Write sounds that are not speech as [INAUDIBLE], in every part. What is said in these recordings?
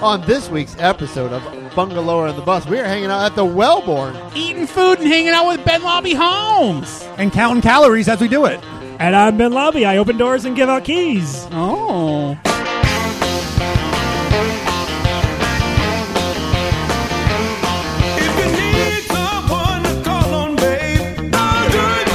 On this week's episode of Bungalower on the Bus, we are hanging out at the Wellborn. Eating food and hanging out with Ben Lobby Holmes. and counting calories as we do it. And I'm Ben Lobby. I open doors and give out keys. Oh. If you need someone to call on, babe, I'll do it.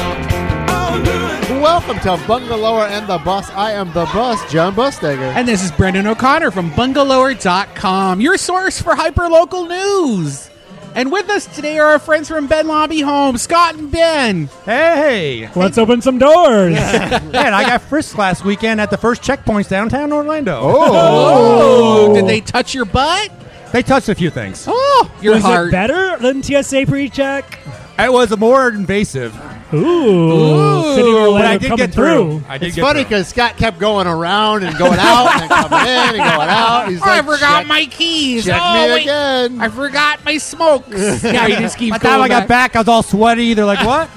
I'll do it. Welcome to Bungalower and the Bus. I am the bus, John Bustegger. And this is Brendan O'Connor from bungalower.com, your source for hyperlocal news. And with us today are our friends from Ben Lobby Homes, Scott and Ben. Hey, Let's open some doors. man, I got frisked last weekend at the first checkpoints downtown Orlando. Oh, did they touch your butt? [LAUGHS] They touched a few things. Oh, your Was heart. it better than TSA pre-check? It was more invasive, Ooh, City of but I Orlando did coming get through. I did It's get funny through. because Scott kept going around and going out and coming in [LAUGHS] and going out. He's Oh, I like, forgot check, my keys. check oh, me wait. again. I forgot my smokes. yeah, you [LAUGHS] just keep By the time I going got back, I was all sweaty. They're [LAUGHS] like, "What?"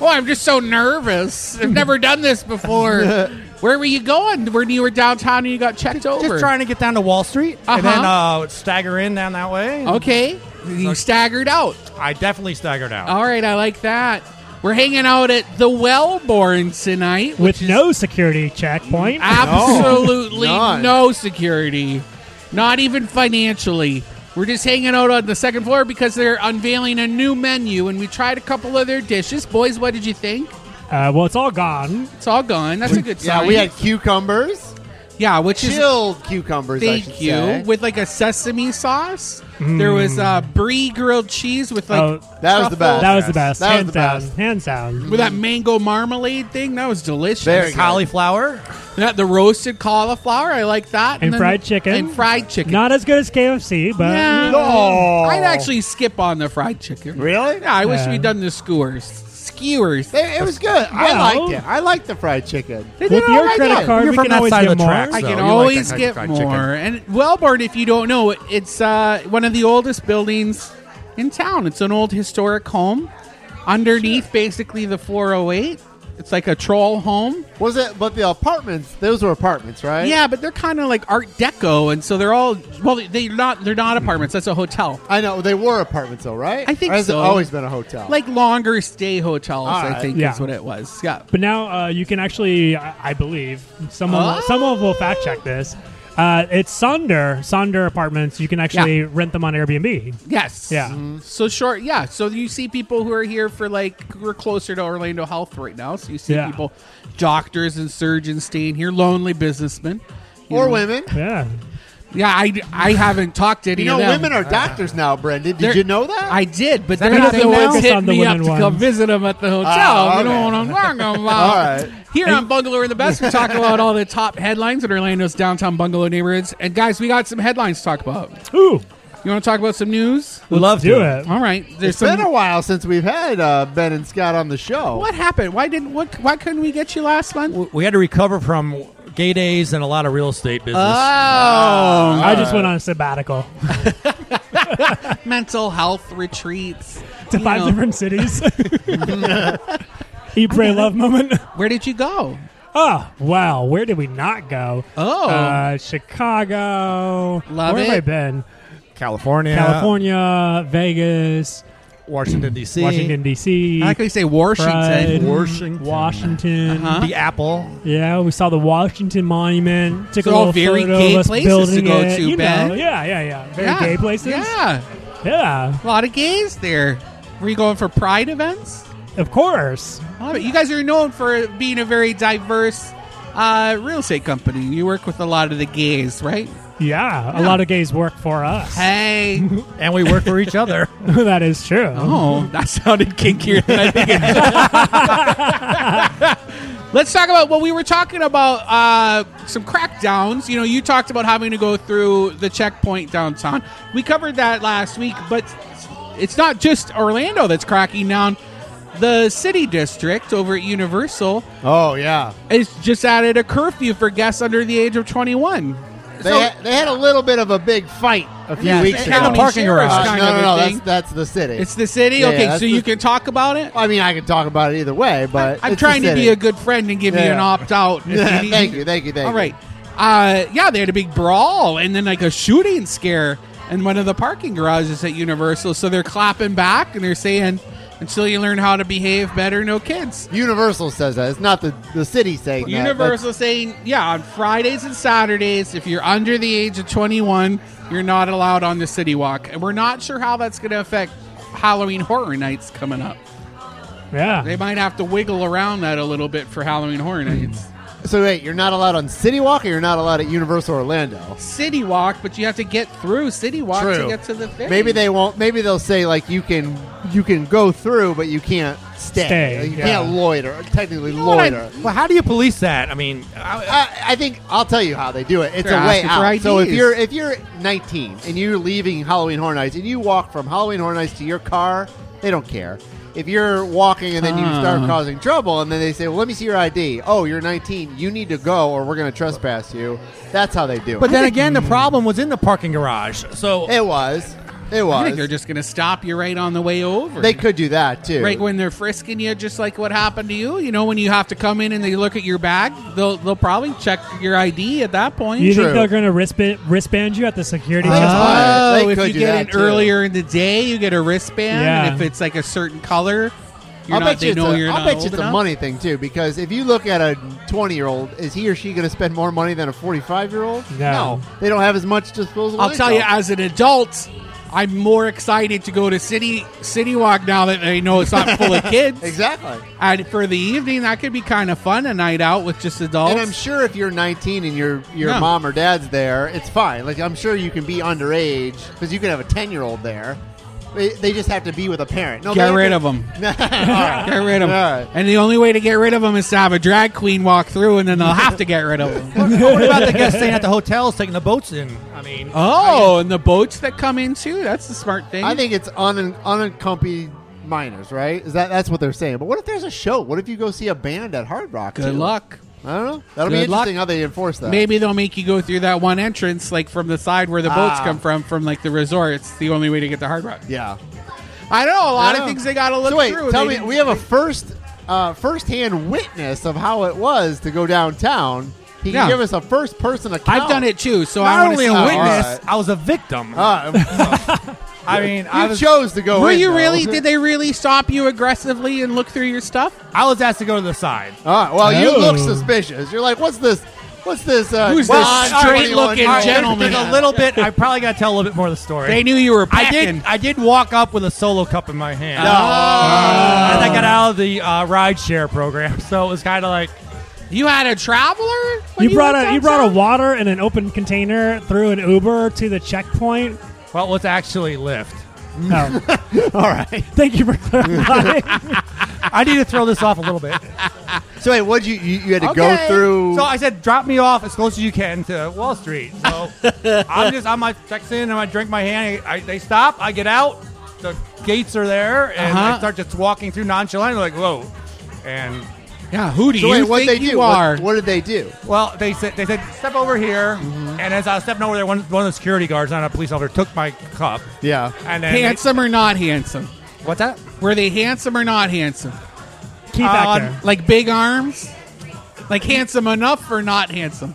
Oh, I'm just so nervous. I've never done this before. Where were you going? Where you were downtown and you got checked over? Just trying to get down to Wall Street Uh-huh. and then uh, stagger in down that way. Okay, you staggered out. I definitely staggered out. All right, I like that. We're hanging out at the Wellborn tonight with which is no security checkpoint. [LAUGHS] Absolutely None. no security, not even financially. We're just hanging out on the second floor because they're unveiling a new menu, and we tried a couple of their dishes. Boys, what did you think? Uh, well, it's all gone. It's all gone. That's a good sign. Yeah, we had cucumbers, yeah, which is chilled cucumbers. I should thank you say. with like a sesame sauce. There was uh, brie grilled cheese with like Oh, That was truffle- the best. that was the best. That hands was the down. best. Hands down. with that mango marmalade thing. That was delicious. Very good. Cauliflower. Yeah, the roasted cauliflower. I like that. And then- fried chicken. And fried chicken. Not as good as KFC, but Yeah. No. I'd actually skip on the fried chicken. Really? Yeah, I wish Yeah. we'd done the skewers. Skewers. They, It, it was good. I liked it. I liked the fried chicken. they did with all your right. credit Yeah. card, You're we from can that always side get of the more. tracks, I So can you like always that kind of get fried more. chicken. And Wellborn, if you don't know it, it's uh, one of the oldest buildings in town. It's an old historic home. Underneath, basically, the 408. It's like a troll home. Was it? But the apartments, those were apartments, right? Yeah, but they're kind of like Art Deco, and so they're all well. They're not. They're Hmm. not apartments. That's a hotel. I know they were apartments, though, right? I think Or has so. It always been a hotel. Like longer stay hotels, I Alright. think Yeah. is what it was. Yeah. But now uh, you can actually, I, I believe, someone Oh. someone will fact check this. Uh, it's Sonder Sonder Apartments. You can actually rent them on Airbnb. Yes. Mm-hmm. Yeah. So short. Yeah. So you see people who are here for like we're closer to Orlando Health right now. So you see Yeah. people, doctors and surgeons staying here, lonely businessmen. you or know. women. Yeah, Yeah, I, I haven't talked to any You know, of them. women are doctors now, Brendan. Did They're- you know that? I did, but that they're a not thing the now? ones Focus hitting on the me up women to come ones. visit them at the hotel. Oh, You know okay. what I'm talking [LAUGHS] about. All right. Here on Bungalow and the Best, we talk about all the top headlines in Orlando's downtown bungalow neighborhoods. And guys, we got some headlines to talk about. ooh, You want to talk about some news? We love do to. it. All right. There's It's some been a while since we've had uh, Ben and Scott on the show. What happened? Why didn't what? Why couldn't we get you last month? We had to recover from gay days and a lot of real estate business. Oh, I just went on a sabbatical [LAUGHS] mental health retreats. to You five know. [LAUGHS] different cities. Eat, pray, love moment. [LAUGHS] Where did you go? Oh wow, where did we not go? Oh. uh, Chicago. Love where have I it. been? California, California, Vegas, Washington D.C., Washington D.C. I like how you say Washington. Pride, Washington. Washington. Uh-huh. the Apple. Yeah, we saw the Washington Monument. Took They're a all little very photo gay of us places to building go it. to, you Ben. Know, yeah, yeah, yeah. Very Yeah. gay places. Yeah, Yeah, a lot of gays there. Were you going for Pride events? of course. I love it. You guys are known for being a very diverse uh, real estate company. You work with a lot of the gays, right? Yeah, a Yeah. lot of gays work for us. Hey, [LAUGHS] And we work for [LAUGHS] each other. [LAUGHS] that is true. [LAUGHS] Oh, that sounded kinkier than I think it did. [LAUGHS] Let's talk about what we were talking about. Uh, some crackdowns. You know, you talked about having to go through the checkpoint downtown. We covered that last week, but it's not just Orlando that's cracking down. The city district over at Universal Oh yeah, is just added a curfew for guests under the age of 21. they had, they had a little bit of a big fight a few Yeah, weeks it's ago. the county Parking sheriff's Uh, garage. kind no, of no, a no. That's thing. that's the city. It's the city. Yeah, okay, that's so you the- can talk about it. I mean, I can talk about it either way, but I'm Uh, it's trying the to be [LAUGHS] city. a good friend and give you Yeah. [LAUGHS] an opt out. thank you, thank you, thank you. All right. uh, yeah, they had a big brawl and then like a shooting scare in one of the parking garages at Universal. So they're clapping back and they're saying, "Until you learn how to behave better, no kids." Universal says that. It's not the, the city saying that. Universal saying, yeah, on Fridays and Saturdays, if you're under the age of 21, you're not allowed on the city walk. And we're not sure how that's going to affect Halloween Horror Nights coming up. Yeah. They might have to wiggle around that a little bit for Halloween Horror Nights. That's- So wait, you're not allowed on City Walk, or you're not allowed at Universal Orlando. City Walk, but you have to get through City Walk to True. get to the thing. Maybe they won't. Maybe they'll say like you can you can go through, but you can't stay. Stay, you yeah. can't loiter. Technically what I- loiter. Well, how do you police that? I mean, I, I, I think I'll tell you how they do it. It's They're a way asking for out. So if IDs. you're if you're 19 and you're leaving Halloween Horror Nights and you walk from Halloween Horror Nights to your car, they don't care. If you're walking and then you start Ah. causing trouble and then they say, "Well, let me see your ID." Oh, you're 19. You need to go, or we're going to trespass you. That's how they do it. but then again, the problem was in the parking garage. [LAUGHS] So it was, it I think they're was. just going to stop you right on the way over. They could do that too. Right when they're frisking you, just like what happened to you, you know, when you have to come in and they look at your bag, they'll they'll probably check your ID at that point. You True. think they're going to wristband, wristband you at the security? I think it's checkpoint? fine. They Oh, if could you do get that, it too. earlier in the day, you get a wristband. Yeah. And if it's like a certain color, you're I'll not, bet they you know it's, a, you're I'll not bet you old it's a enough. money thing too, because if you look at a 20 year old, is he or she going to spend more money than a 45 year old? No. they don't have as much disposable. I'll tell you, income. as an adult, I'm more excited to go to City City Walk now that I know it's not full of [LAUGHS] kids. [LAUGHS] exactly. And for the evening, that could be kind of fun—a night out with just adults. And I'm sure if you're 19 and your your Yeah. mom or dad's there, it's fine. Like I'm sure you can be underage because you can have a 10 year old there. They, they just have to be with a parent. No, Get they- rid of them. All right. Get rid of them. All right. And the only way to get rid of them is to have a drag queen walk through, and then they'll have to get rid of [LAUGHS] them. what about the guests staying at the hotels, taking the boats in? I mean, Oh, and the boats that come in too—that's the smart [LAUGHS] thing. I think it's un, unaccompanied minors, right? Is that that's what they're saying? But what if there's a show? What if you go see a band at Hard Rock? Good too? luck. I don't know. That'll be Good luck. interesting how they enforce that. Maybe they'll make you go through that one entrance, like from the side where the boats Ah. come from, from like the resort. It's the only way to get to Hard Rock. Yeah. I know a lot Yeah. of things they got to look so wait, through. tell They me, didn't- we have a first, uh, first-hand witness of how it was to go downtown. He Yeah. can give us a first-person account. I've done it too, so I want not to only see. a Oh, all witness, right. I was a victim. [LAUGHS] Uh, I mean, I you was chose to go. Were in, you though. really? Did they really stop you aggressively and look through your stuff? I was asked to go to the side. Uh, well, you Oh. look suspicious. You're like, what's this? What's this? Uh, Who's blonde this straight-looking 21 gentleman? There's a little bit. I probably got to tell a little bit more of the story. They knew you were I packing. did. I did walk up with a solo cup in my hand. No. and I got out of the uh, ride share program, so it was kind of like You had a traveler. when You brought went a you brought a downtown? water and an open container through an Uber to the checkpoint. well, let's actually lift. [LAUGHS] No, All right. thank you for [LAUGHS] clarifying. I need to throw this off a little bit. So wait, what you, you you had to Okay. go through? So I said, drop me off as close as you can to Wall Street. So I'm just on my checks in and I drink my hand. I, I, they stop. I get out. The gates are there, and Uh-huh. I start just walking through nonchalantly, like whoa. And Yeah, who do So you wait, what think they you do? are? What, what did they do? well, they said they said step over here. And as I was stepping over there, one, one of the security guards, not a police officer, took my cup. Yeah. And then handsome or not handsome? what's that? Were they handsome or not handsome? Key Um, factor. Like big arms? Like handsome enough or not handsome?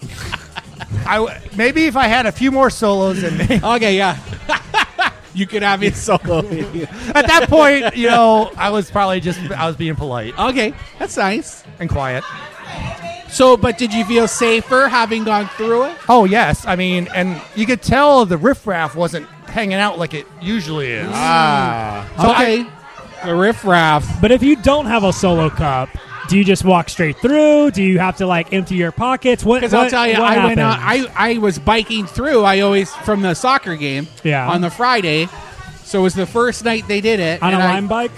I w- maybe if I had a few more solos in me. Okay, yeah. [LAUGHS] you could have it solo. At that point, you know, I was probably just I was being polite okay, that's nice. and quiet. So, but did you feel safer having gone through it? Oh yes, I mean, and you could tell the riffraff wasn't hanging out like it usually is. Uh, okay. the riffraff. But if you don't have a solo cup, do you just walk straight through? Do you have to like empty your pockets? What? Because I'll what- tell you, what I went happened? out. I I was biking through. I always from the soccer game. Yeah. On the Friday, so it was the first night they did it. on a and I- line bike.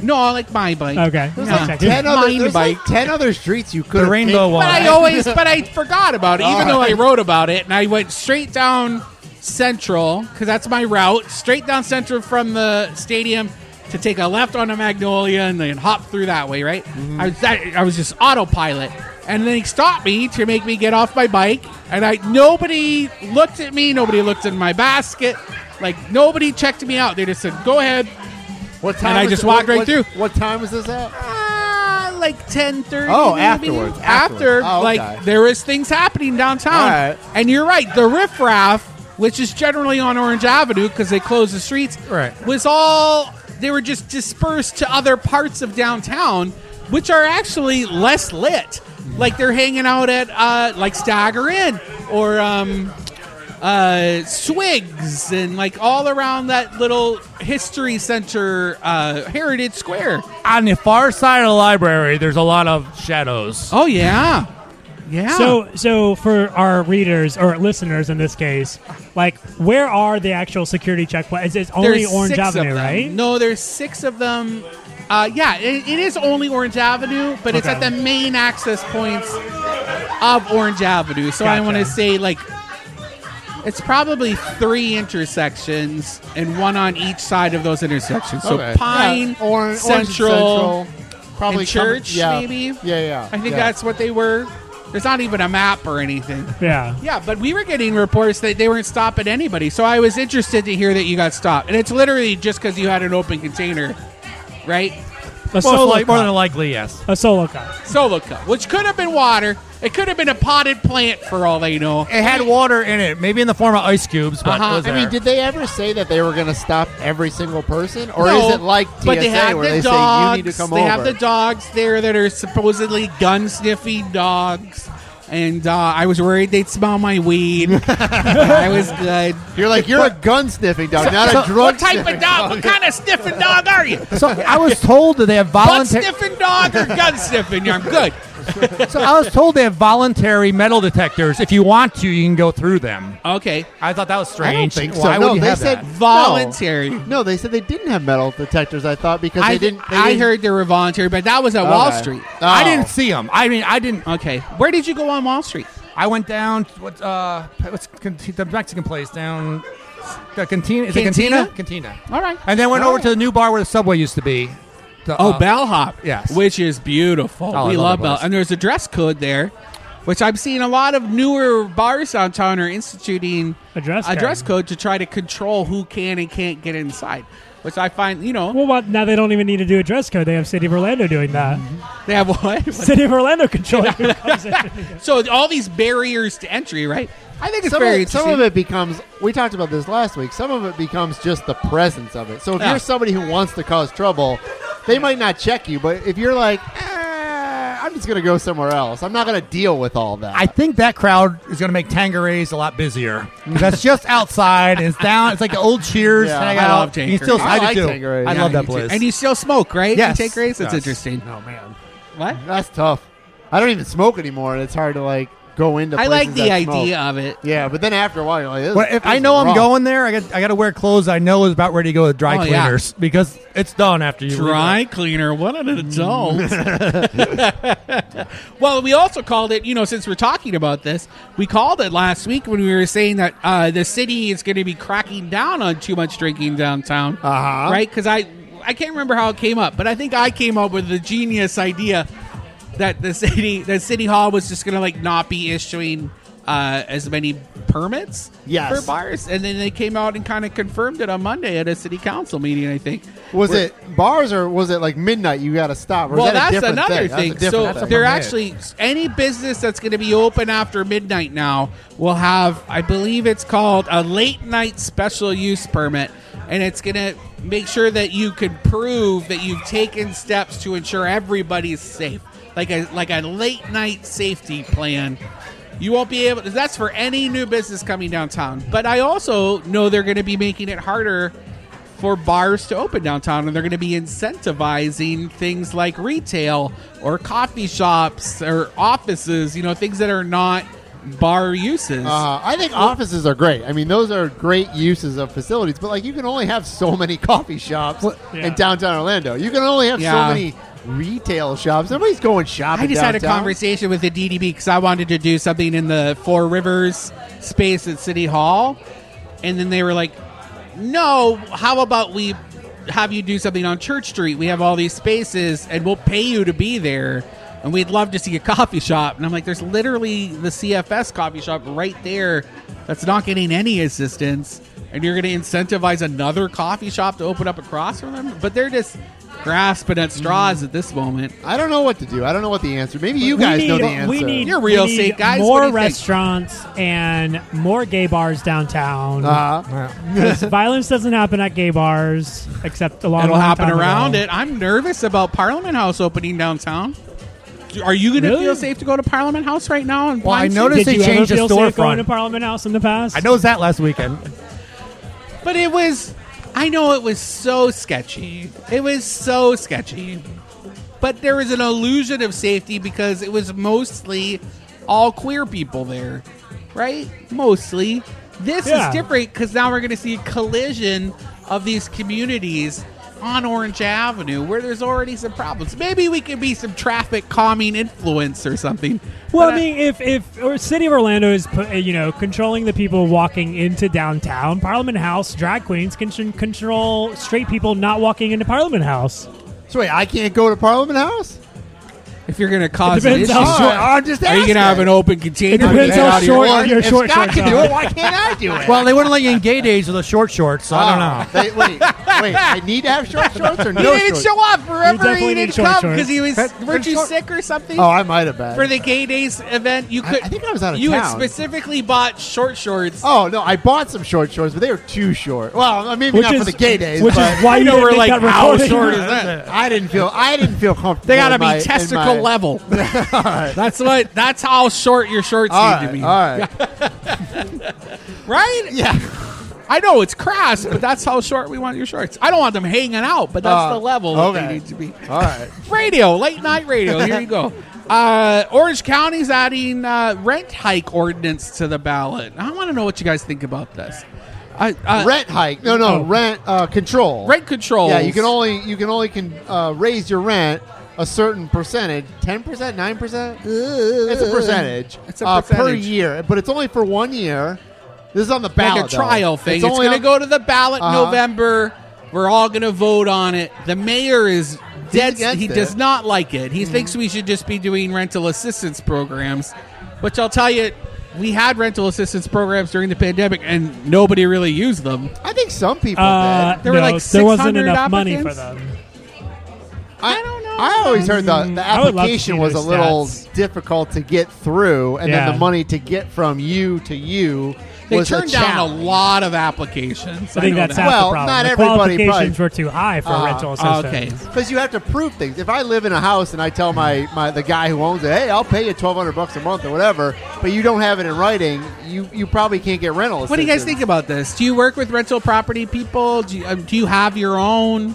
No, I like my bike. Okay, like Okay. Ten other, Mine there's like bike. ten other streets you could. the have rainbow taken. one. But I always, but I forgot about it, even though I wrote about it, and I went straight down Central because that's my route, straight down Central from the stadium to take a left on a Magnolia and then hop through that way. Right? I was, I, I was just autopilot, and then he stopped me to make me get off my bike, and I nobody looked at me, nobody looked in my basket, like nobody checked me out. They just said, "Go ahead." What time? I was just it- what- walked right what- through. What time was this at? Ah, like ten thirty. Oh, maybe? afterwards, After, afterwards. Oh, okay. like there is things happening downtown, All right. and you're right. The riffraff, which is generally on Orange Avenue because they close the streets, Right. was all they were just dispersed to other parts of downtown, which are actually less lit. Like they're hanging out at uh, like Stagger Inn or um, uh, Swigs and like all around that little history center, uh, Heritage Square. On the far side of the library, there's a lot of shadows. Oh yeah, yeah. So, so for our readers or listeners in this case, like, where are the actual security checkpoints? It's, it's only Orange six Avenue, of them. right? No, there's six of them. Uh, yeah, it, it is only Orange Avenue, but it's at Okay. the main access points of Orange Avenue. So I Gotcha. want to say like it's probably three intersections and one on each side of those intersections. So Okay. Pine, Yeah, Or- Orange and Central, probably and come- Church, yeah. maybe? Yeah, yeah. I think yeah. that's what they were. There's not even a map or anything. Yeah. Yeah, but we were getting reports that they weren't stopping anybody. So I was interested to hear that you got stopped. And it's literally just because you had an open container, right? A Most solo like, more than cup. likely, yes. A solo cup. Solo cup, which could have been water. It could have been a potted plant for all they know. It had water in it, maybe in the form of ice cubes, but Uh-huh. it was I mean, there. did they ever say that they were going to stop every single person, or No, is it like TSA but they have where the they dogs. say you need to come they over? have the dogs there that are supposedly gun sniffing dogs. And uh, I was worried they'd smell my weed. [LAUGHS] I was good. You're like you're a gun sniffing dog, not a drug what type sniffing of dog? [LAUGHS] What kind of sniffing dog are you? so I was told that they have Butt voluntary. sniffing dog or gun sniffing? I'm good. so I was told they have voluntary metal detectors. If you want to, you can go through them. Okay. I thought that was I strange. don't think so. Why no, would you they have said that? no. Voluntary. No. they said they didn't have metal detectors. I thought because I they didn't. They I didn't- heard they were voluntary, but that was at Okay. Wall Street. Oh. I didn't see them. I mean, I didn't. Okay. Where did you go on Wall Street? I went down. to What? Uh, what's con- the Mexican place down? The cantina. Is Cantina? it cantina? Cantina. All right. And then went All over right. to the new bar where the subway used to be. The, Oh, uh, Bellhop. yes. Which is beautiful. Oh, I we love love that Bell. place. And there's a dress code there, which I'm seeing a lot of newer bars downtown are instituting A dress a code. dress code to try to control who can and can't get inside. Which I find, you know, Well, what, now they don't even need to do a dress code. They have City of Orlando doing that. they have [LAUGHS] what? City of [LAUGHS] Orlando controlling who comes in. so all these barriers to entry, right? I think it's Some very of, it, some interesting. of it becomes. We talked about this last week. Some of it becomes just the presence of it. So if Yeah. you're somebody who wants to cause trouble, they might not check you. But if you're like, eh, I'm just going to go somewhere else. I'm not going to deal with all that. I think that crowd is going to make Tangerais a lot busier. That's just outside. And it's down. It's like the old Cheers. Yeah. hang I love out. You can still, Tanqueray. I do like too. Tanqueray. I Yeah, love that you too. place. And you still smoke, right? Yes. You take race? That's Yes. interesting. Oh man. What? That's tough. I don't even smoke anymore, and it's hard to like go into. I like places the that smoke. idea of it. Yeah, but then after a while, you're like, this- Well, if I this know is I'm rough. going there, I got I got to wear clothes I know is about ready to go to dry Oh, yeah. cleaners because it's done after you leave. Dry cleaner. What [LAUGHS] an adult. well, we also called it, you know, since we're talking about this, we called it last week when we were saying that uh, the city is going to be cracking down on too much drinking downtown. Uh-huh. Right? Because I, I can't remember how it came up, but I think I came up with the genius idea that the city, that city hall was just going to like not be issuing uh, as many permits Yes. for bars, and then they came out and kind of confirmed it on Monday at a city council meeting. I think Was Where- it bars or was it like midnight? You got to stop. Or is well, that a that's different another That's a thing. different So thing. they're Yeah. actually any business that's going to be open after midnight now will have, I believe it's called a late night special use permit, and it's going to make sure that you can prove that you've taken steps to ensure everybody's safe, like a like a late night safety plan. You won't be able. That's for any new business coming downtown. But I also know they're going to be making it harder for bars to open downtown and they're going to be incentivizing things like retail or coffee shops or offices you know things that are not bar uses Uh, I think offices are great. I mean, those are great uses of facilities, but like you can only have so many [LAUGHS] coffee shops Yeah. in downtown Orlando. You can only have Yeah. so many retail shops. Nobody's going shopping. i just had a downtown. conversation with the ddb because i wanted to do something in the four rivers space at city hall and then they were like no how about we have you do something on church street we have all these spaces and we'll pay you to be there and we'd love to see a [LAUGHS] coffee shop and i'm like there's literally the cfs coffee shop right there that's not getting any assistance and you're going to incentivize another coffee shop to open up across from them but they're just grasping at straws at this moment. I don't know what to do. I don't know what the answer. Maybe you guys we need, [LAUGHS] know the answer. We need, You're real we need estate guys. What do More you think? restaurants and more gay bars downtown. Uh, [LAUGHS] Violence doesn't happen at gay bars, except a long It'll long happen time around ago. it. I'm nervous about Parliament House opening downtown. Do- Are you going to Really? feel safe to go to Parliament House right now? And Well, I blind- noticed Did they you ever changed the feel safe going to storefront. Parliament House in the past? I noticed that last weekend. but it was. I know it was so sketchy. It was so sketchy. But there was an illusion of safety because it was mostly all queer people there, right? Mostly. This Yeah. is different because now we're going to see a collision of these communities on Orange Avenue where there's already some problems. Maybe we could be some traffic calming influence or something. Well, But I mean, if if or City of Orlando is pu- uh, you know controlling the people walking into downtown, Parliament House drag queens can can control straight people not walking into Parliament House. so wait, I can't go to Parliament House. If you're going to cause an depends issue, how Oh, short- I'm just are you going to have an open container? It depends to get how out of your short car? Well, your if short Scott shorts can do are. it, why can't I do it? Oh, Well, they wouldn't let you in gay days with the short shorts, so I don't Ah. know. They, wait, wait. I need to have short shorts or He no didn't shorts? show up. Remember, definitely he need didn't short come shorts. because he was. But- Were but you short- sick or something? Oh, I might have been. for the gay days event, you I- could. I think I was out of You had town. specifically bought short shorts. oh no, I bought some short shorts, but they were too short. Well, I mean, maybe Which not is for the gay days, which but is why I you know didn't we're make like, that how recording. short is that? [LAUGHS] I didn't feel I didn't feel comfortable. They got to in be my- in testicle my- level. [LAUGHS] That's what. That's how short your shorts All need to right, be. all [LAUGHS] right. Right? Yeah. I know it's crass, but that's how short we want your shorts. I don't want them hanging out, but that's Uh, the level that okay. they need to be. All right. radio, late night radio. Here you go. Uh, Orange County's adding uh, rent hike ordinance to the ballot. I want to know what you guys think about this. I, uh, rent hike. No, no, Oh. rent uh, control. rent control. Yeah, you can only you can only can uh, raise your rent a certain percentage, ten percent, nine percent. It's a percentage. It's a uh, per percentage. year, but it's only for one year. This is on the ballot. like a though. trial thing. It's, only going to on- go to the ballot in Uh-huh. November. We're all going to vote on it. The mayor is dead. against He it. Mm-hmm. does not like it. He thinks we should just be doing rental assistance programs, which I'll tell you, we had rental assistance programs during the pandemic, and nobody really used them. I think some people. Uh, did. There were no, like there wasn't 600 enough money for applicants. them. I, don't know. I always heard the, the Mm. I would love to application see was a those little stats. difficult to get through, and Yeah. then the money to get from you to you They was turned a down a challenge. lot of applications. I think that's half Well, the problem. not the everybody qualifications probably- were too high for Ah, rental oh, assistance. okay. Because you have to prove things. If I live in a house and I tell my, my the guy who owns it, hey, I'll pay you twelve hundred bucks a month or whatever, but you don't have it in writing, you you probably can't get rental. What do you guys think about this? Do you work with rental property people? Do you, um, do you have your own?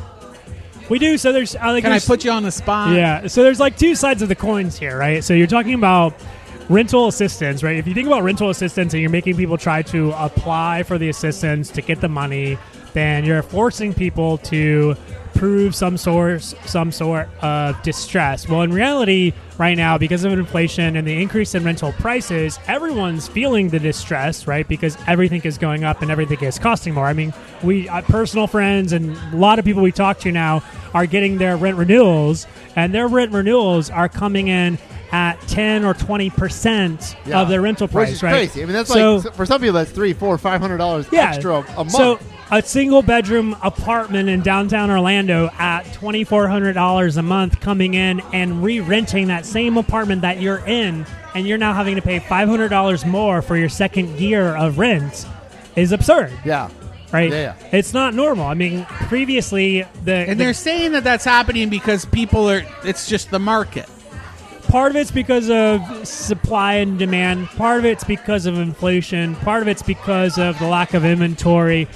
We do so. There's I think Can I there's- put you on the spot? Yeah. So there's like two sides of the coins here, right? So you're talking about rental assistance, right? If you think about rental assistance and you're making people try to apply for the assistance to get the money, then you're forcing people to prove some source some sort of distress. Well, in reality, right now because of inflation and the increase in rental prices, everyone's feeling the distress, right? Because everything is going up and everything is costing more. I mean, we uh, personal friends and a lot of people we talk to now are getting their rent renewals, and their rent renewals are coming in at 10 or 20% Yeah. of their rental price, Which is right? crazy. I mean, that's So- like for some people that's three, four, five hundred dollars yeah. extra a month. So a single bedroom apartment in downtown Orlando at twenty four hundred dollars a month coming in and re renting that same apartment that you're in and you're now having to pay five hundred dollars more for your second year of rent is absurd. yeah, Right? Yeah, It's not normal. I mean previously the And the- they're saying that that's happening because people are. It's just the market. part of it's because of supply and demand part of it's because of inflation part of it's because of the lack of inventory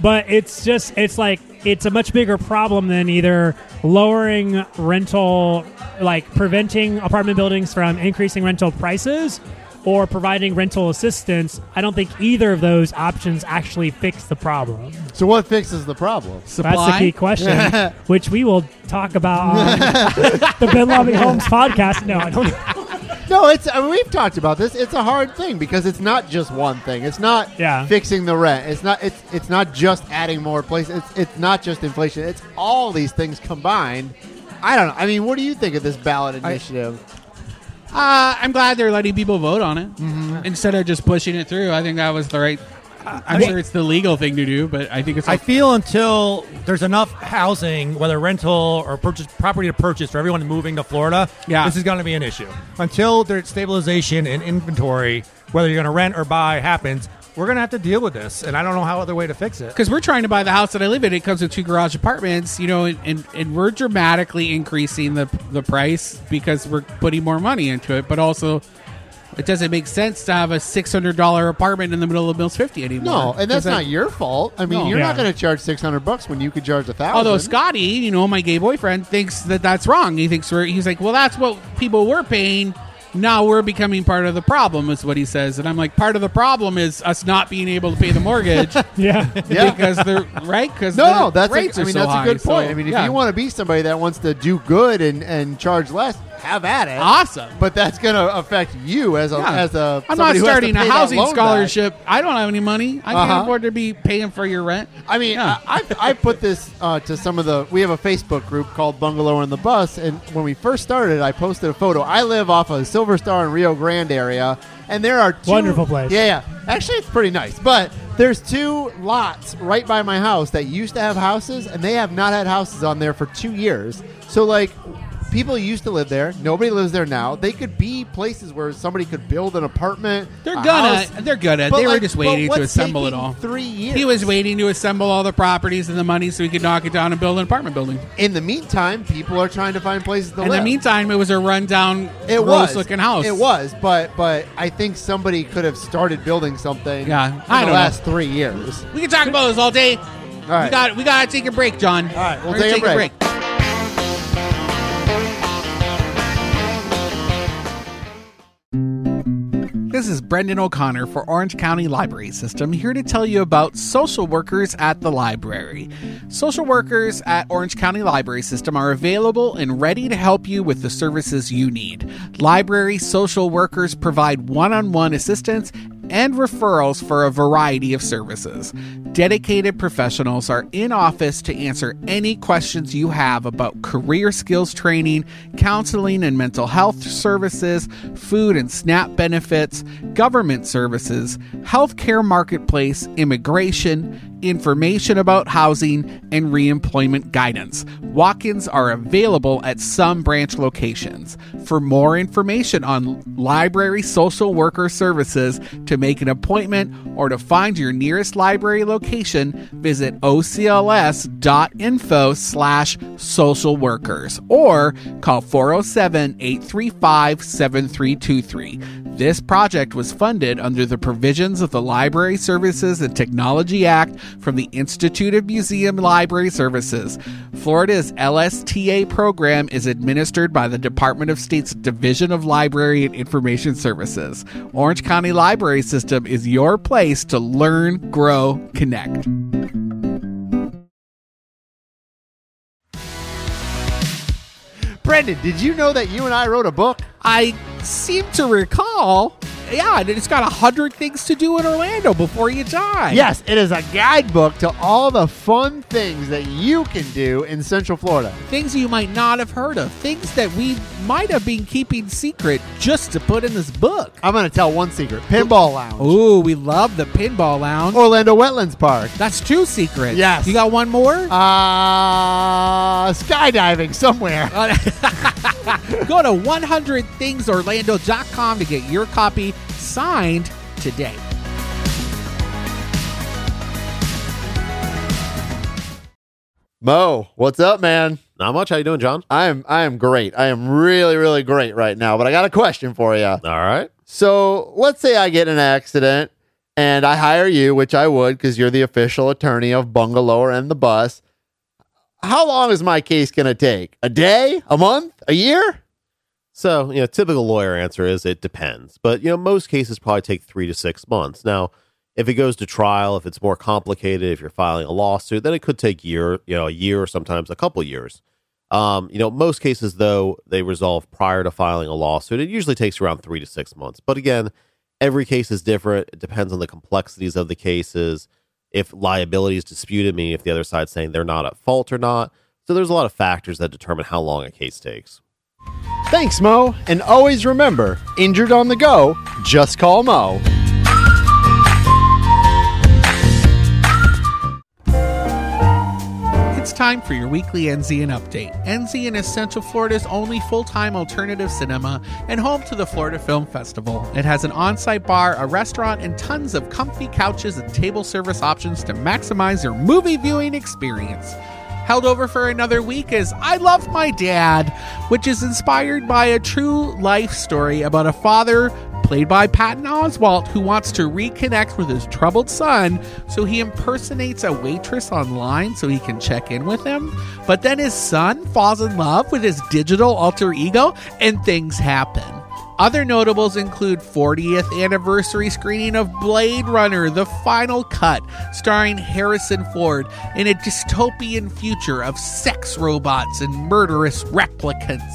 but it's just it's like it's a much bigger problem than either lowering rental like preventing apartment buildings from increasing rental prices or providing rental assistance i don't think either of those options actually fix the problem So what fixes the problem? Supply. that's the key question which we will talk about on the ben lobby homes podcast no i don't [LAUGHS] No, it's I mean, we've talked about this. It's a hard thing because it's not just one thing. It's not Yeah. fixing the rent. It's not it's it's not just adding more places. It's it's not just inflation. It's all these things combined. I don't know. I mean, what do you think of this ballot initiative? Uh, I'm glad they're letting people vote on it instead of just pushing it through. I think that was the right. I'm sure it's the legal thing to do, but I think it's. I feel until there's enough housing, whether rental or purchase property to purchase for everyone moving to Florida, Yeah. this is going to be an issue. Until there's stabilization in inventory, whether you're going to rent or buy happens, we're going to have to deal with this, and I don't know how other way to fix it. because we're trying to buy the house that I live in. It comes with two garage apartments, you know, and, and, and we're dramatically increasing the the price because we're putting more money into it. But also, it doesn't make sense to have a six hundred dollar apartment in the middle of Mills Fifty anymore. No, and that's Because I- not your fault. I mean, No. you're not Yeah. going to charge 600 bucks when you could charge a thousand. Although Scotty, you know, my gay boyfriend thinks that that's wrong. He thinks we're. He's like, well, that's what people were paying. Now we're becoming part of the problem, is what he says. And I'm like, part of the problem is us not being able to pay the mortgage Yeah. [LAUGHS] Yeah. because they're right because no, that's a, I mean, rates are that's so a good high. So, point. I mean, if yeah. you want to be somebody that wants to do good and, and charge less, have at it. Awesome. But that's going to affect you as a Yeah. as a. I'm not somebody who has to starting a pay that housing loan back. scholarship. I don't have any money. I Uh-huh. can't afford to be paying for your rent. I mean, Yeah. I, I, I put this uh, to some of the. We have a Facebook group called Bungalow on the Bus, and when we first started, I posted a photo. I live off of Silver Star and Rio Grande area, and there are two, Wonderful place. Yeah, yeah. Actually, it's pretty nice, but there's two lots right by my house that used to have houses, and they have not had houses on there for two years. So like. People used to live there. Nobody lives there now. They could be places where somebody could build an apartment. They're a gonna. house. They're gonna. But, They were like, just but waiting to what's assemble it taking all. Three years. He was waiting to assemble all the properties and the money so he could knock it down and build an apartment building. In the meantime, people are trying to find places to In live. the meantime, it was a rundown, it gross was looking house. It was, but but I think somebody could have started building something. Yeah, in I the don't last three years. We can talk about this all day. All right. We got. We gotta take a break, John. All right, we'll take a break. This is Brendan O'Connor for Orange County Library System here to tell you about social workers at the library. Social workers at Orange County Library System are available and ready to help you with the services you need. Library social workers provide one on one assistance and referrals for a variety of services. Dedicated professionals are in office to answer any questions you have about career skills training, counseling and mental health services, food and SNAP benefits, government services, healthcare marketplace, immigration, information about housing, and reemployment guidance. Walk ins are available at some branch locations. For more information on library social worker services, to make an appointment, or to find your nearest library location, visit ocls.info slash social workers or call 407 835 7323. This project was funded under the provisions of the Library Services and Technology Act from the Institute of Museum Library Services. Florida's LSTA program is administered by the Department of State's Division of Library and Information Services. Orange County Library System is your place to learn, grow, connect. Brendan, did you know that you and I wrote a book? I seem to recall, yeah, and it's got a hundred things to do in Orlando before you die. Yes, it is a guidebook to all the fun things that you can do in Central Florida. things you might not have heard of, things that we might have been keeping secret just to put in this book. I'm going to tell one secret: Pinball Lounge, Ooh, we love the pinball lounge. Orlando Wetlands Park, That's two secrets. Oh. Yes. You got one more? [LAUGHS] uh, skydiving somewhere. Go to 100thingsorlando.com to get your copy signed today. Mo, what's up, man? Not much. How you doing, John? I am I am great. I am really really great right now. But I got a question for you. All right. So let's say I get in an accident and I hire you, which I would because you're the official attorney of Bungalower and the bus. How long is my case going to take? A day? A month? A year? So, you know, typical lawyer answer is it depends. But, you know, most cases probably take three to six months. Now, if it goes to trial, if it's more complicated, if you're filing a lawsuit, then it could take year, you know, a year or sometimes a couple years. Um, you know, most cases though, they resolve prior to filing a lawsuit. It usually takes around three to six months. But again, every case is different. It depends on the complexities of the cases, if liability is disputed, meaning if the other side's saying they're not at fault or not. So there's a lot of factors that determine how long a case takes. Thanks, Mo. And always remember injured on the go, just call Mo. time for your weekly NZN update. NZN is Central Florida's only full time alternative cinema and home to the Florida Film Festival. It has an on site bar, a restaurant, and tons of comfy couches and table service options to maximize your movie viewing experience held over for another week is I Love My Dad, which is inspired by a true life story about a father played by Patton Oswalt who wants to reconnect with his troubled son, so he impersonates a waitress online so he can check in with him. But then his son falls in love with his digital alter ego and things happen. Other notables include 40th anniversary screening of Blade Runner: The Final Cut, starring Harrison Ford in a dystopian future of sex robots and murderous replicants.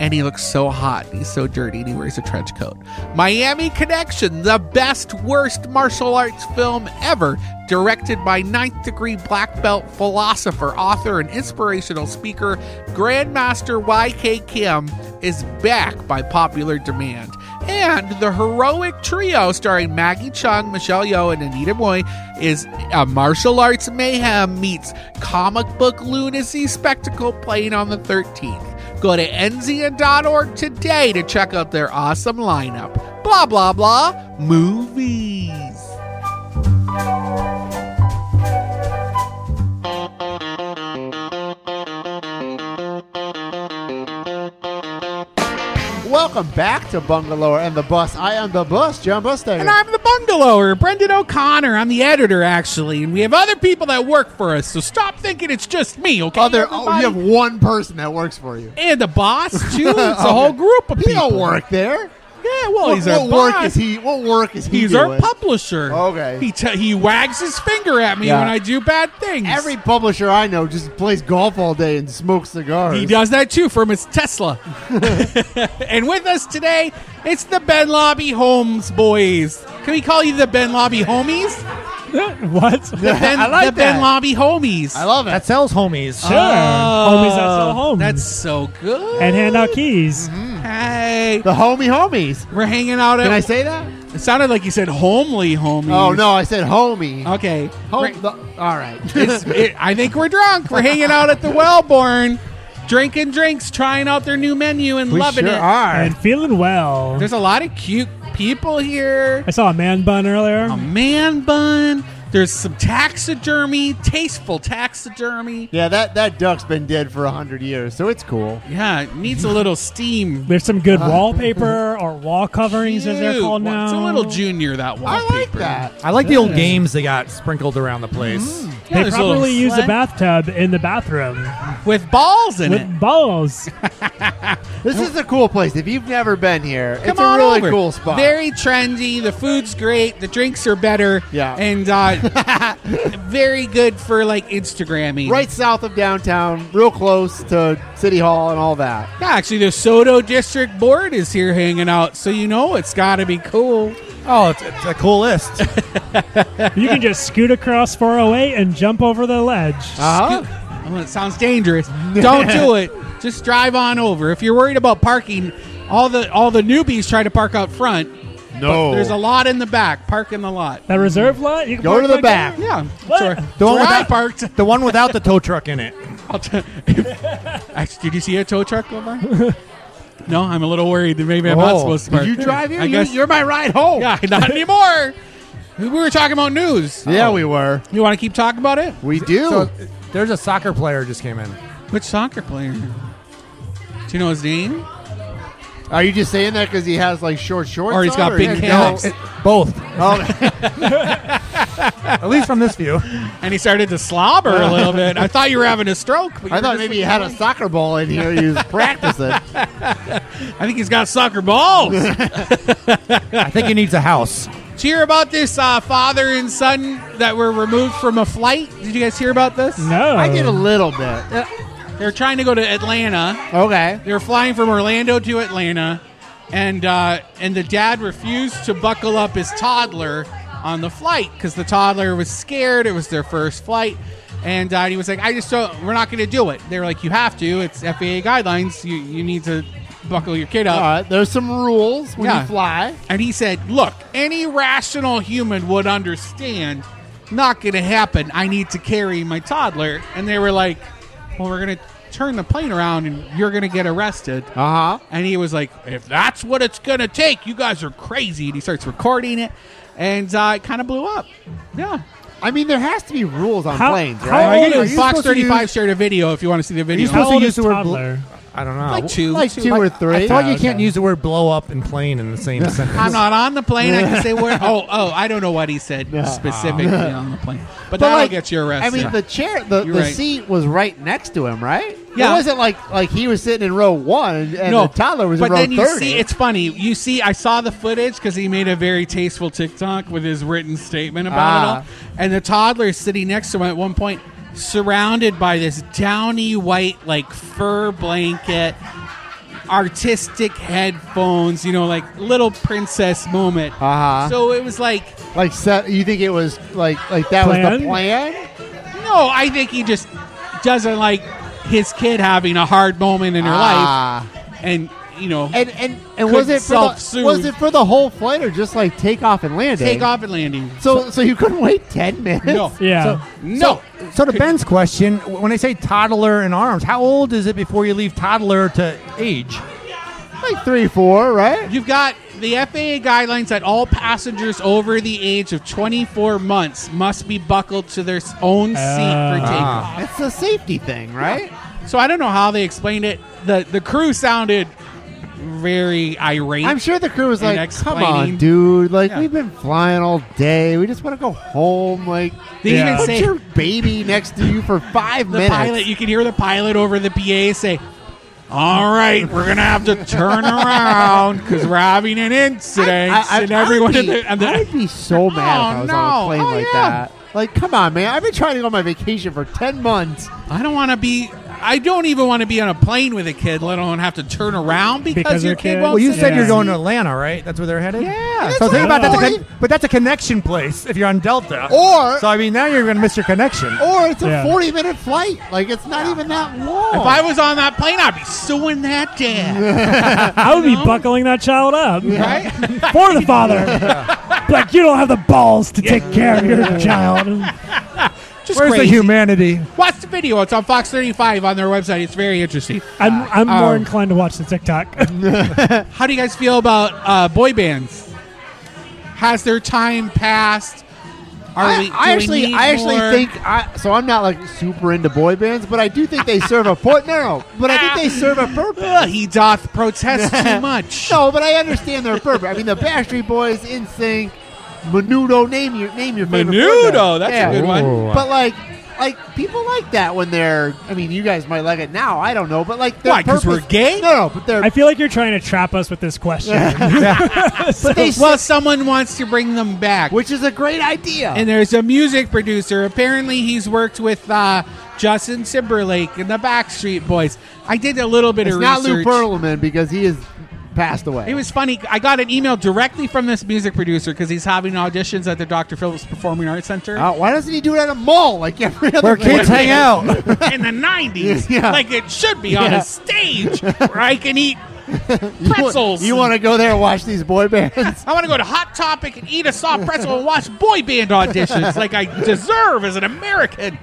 And he looks so hot. and He's so dirty. And he wears a trench coat. Miami Connection, the best, worst martial arts film ever, directed by ninth degree black belt philosopher, author, and inspirational speaker, Grandmaster YK Kim, is back by popular demand. And the heroic trio starring Maggie Chung, Michelle Yeoh, and Anita Moy is a martial arts mayhem meets comic book lunacy spectacle playing on the 13th. Go to nzn.org today to check out their awesome lineup. Blah, blah, blah. Movies. Welcome back to Bungalow and the Bus. I am the bus, John Bustager. And I'm the bungalower, Brendan O'Connor. I'm the editor, actually. And we have other people that work for us, so stop thinking it's just me, okay? Other, oh, everybody? you have one person that works for you. and the [LAUGHS] boss, too. It's a whole group of He people. don't work there. Yeah, well, What, he's our what work boss. is he? What work is he? He's doing? our publisher. Okay. He, t- he wags his finger at me Yeah. when I do bad things. Every publisher I know just plays golf all day and smokes cigars. He does that too from his Tesla. and with us today, it's the Ben Lobby Holmes boys. Can we call you the Ben Lobby Homies? [LAUGHS] what? The [LAUGHS] Ben, I like the ben that. Lobby Homies. Oh. I love it. That sells homies. Sure. homies that sell homes. That's so good. and hand out keys. hey, The homie homies. we're hanging out at. Can I say that? it sounded like you said homely homies. Oh no, I said homie. Okay. Hom- We're- the- all right. Oh, it's, it, I think we're drunk. We're hanging out at the Wellborn, drinking drinks, trying out their new menu, and we loving sure it. are. And feeling well. There's a lot of cute people here. I saw a man bun earlier. a man bun. There's some taxidermy, tasteful taxidermy. yeah, that that duck's been dead for a hundred years, so it's cool. Yeah, it needs a little steam. There's some good wallpaper or wall coverings, as they're Cute. called Well, now. It's a little junior that one. I like that. I like the old games they got sprinkled around the place. They probably use a bathtub in the bathroom with balls in it. with balls. This is a cool place. If you've never been here, Come it's a on really over. cool spot. Very trendy. The food's great. The drinks are better. Yeah. and uh, [LAUGHS] very good for like Instagramming. right south of downtown, real close to City Hall and all that. Yeah, actually, the Soto District Board is here hanging out, so you know it's got to be cool. Oh, it's, it's a cool [LAUGHS] list. you can just scoot across 408 and jump over the ledge. Uh-huh. Oh, it sounds [LAUGHS] dangerous. Don't do it. Just drive on over. If you're worried about parking, all the all the newbies try to park out front. No. There's a lot in the back. Park in the lot. that reserve lot? You can Go park to the back back. there? Yeah, What? sure. The one Where I without parked. the one without the tow truck in [LAUGHS] it. I'll t- [LAUGHS] Actually, did you see a tow truck go [LAUGHS] by? No, I'm a little worried that maybe I'm not Oh, supposed to park. You drive here? I You- guess- You're my ride [LAUGHS] home. Yeah, not anymore. We were talking about news. Yeah, we were. You want to keep talking about it? We do. So there's a soccer player just came in. Which soccer player? Do you know his name? Are you just saying that because he has like short shorts, Or he's on, got big he has calves. no- Both, Oh, [LAUGHS] at least from this view. And he started to slobber a little bit. I thought you were having a stroke. but you I were thought just maybe he had a soccer ball in here. He [LAUGHS] was practicing. I think he's got soccer [LAUGHS] balls. I think he needs a house. Did you hear about this uh, father and son that were removed from a flight? Did you guys hear about this? No. I did a little bit. They're trying to go to Atlanta. Okay. They were flying from Orlando to Atlanta, and uh, and the dad refused to buckle up his toddler on the flight because the toddler was scared. It was their first flight, and uh, he was like, "I just don't. We're not going to do it." They were like, "You have to. It's FAA guidelines. You you need to buckle your kid up." All right. There's some rules when Yeah. you fly. And he said, Look, any rational human would understand not going to happen. I need to carry my toddler. And they were like, well, we're going to turn the plane around and you're going to get arrested. Uh huh. And he was like, if that's what it's going to take, you guys are crazy. And he starts recording it. And uh, it kind of blew up. Yeah. I mean, there has to be rules on How- planes, how right? old Again, Oh, are you Fox supposed to 35 use- shared a video if you want to see the video. you supposed old to is use the word blo- toddler? I don't know. like two. like two or three. I thought Yeah, you can't okay. use the word blow up and plane in the [LAUGHS] same sentence. I'm not on the plane. I can say [LAUGHS] where. Oh, oh, I don't know what he said specifically on the plane. But, that'll get you I arrested. mean, the chair, the, You're the right. seat was right next to him, right? Yeah. It wasn't like like he was sitting in row one and the toddler was but in row then you thirty. see, it's funny. You see, I saw the footage because he made a very tasteful TikTok with his written statement about Ah. it all, and the toddler is sitting next to him at one point, surrounded by this downy white like fur blanket, artistic headphones. You know, like little princess moment. Uh-huh. So it was like. like set, you think it was like like that was Planned? the plan? No, I think he just doesn't like his kid having a hard moment in her Ah. life, and you know, And and and Could was it for the, self-soothe. was it for the whole flight or just like take off and landing? take off and landing. So so you couldn't wait ten minutes? No, Yeah. So- no. So to Ben's question, w- when they say toddler in arms, how old is it before you leave toddler to age? like three four, right? You've got the FAA guidelines that all passengers over the age of 24 months must be buckled to their s- own seat for takeoff. It's a safety thing, right? So I don't know how they explained it. the The crew sounded very irate. I'm sure the crew was And like, "Come on, explaining. dude! Like Yeah. we've been flying all day. We just want to go home. Like They Yeah. even put say your baby next to you for five the minutes." pilot you can hear the pilot over the pa say all right we're gonna have to turn around because we're having an incident and everyone I'd in be, the, and the- I'd be so mad if I Oh, was on a no. plane Oh, like yeah. that. Like, come on, man! I've been trying to go on my vacation for ten months. i don't want to be i don't even want to be on a plane with a kid let alone have to turn around because, Because your your kid, kid- won't Well, Well, you sit said in Yeah. you're the going seat. to Atlanta, right? That's where they're headed. Yeah, So think about that. That's that's a what- con- but that's a connection place if you're on Delta. Or- so I mean, now you're going to miss your connection. Or it's a Yeah. forty-minute flight. Like, it's not even that long. if i was on that plane i'd be suing that dad I would be know? buckling that child up right [LAUGHS] for the father. Like you don't have the balls to take care of your child. just Where's the crazy. humanity? watch the video it's on fox 35 on their website it's very interesting I'm I'm more Oh. um, inclined to watch the TikTok. How do you guys feel about uh, boy bands? Has their time passed? Are I, we, do I we actually, need I actually more? think I, so. I'm not like super into boy bands, but I do think they serve a point. No, no, but I think they [LAUGHS] serve a Ugh, purpose. he doth protest too much. No, but I understand their purpose. I mean, the Backstreet Boys, NSYNC, Menudo. Name your name your favorite. boy Menudo, band. that's Yeah. a good one. Ooh. But like, like people like that when they're. I mean, you guys might like it now. I don't know, but like, their Why, 'cause we're purpose- gay? No, no, but they're. I feel like you're trying to trap us with this question. [LAUGHS] So- [LAUGHS] they Well, someone wants to bring them back. which is a great idea. and there's a music producer. Apparently, he's worked with uh, Justin Timberlake and the Backstreet Boys. I did a little bit it's of not Lou research. Pearlman because he has passed away. It was funny. I got an email directly from this music producer because he's having auditions at the Dr. Phillips Performing Arts Center. Uh, why doesn't he do it at a mall like every other? Where kids hang out. [LAUGHS] in the 90s Oh. Yeah. like it should be on Yeah. a stage where I can [LAUGHS] eat pretzels. You want to go there and watch these boy bands? I want to go to Hot Topic and eat a soft pretzel and watch boy band auditions like I deserve as an American.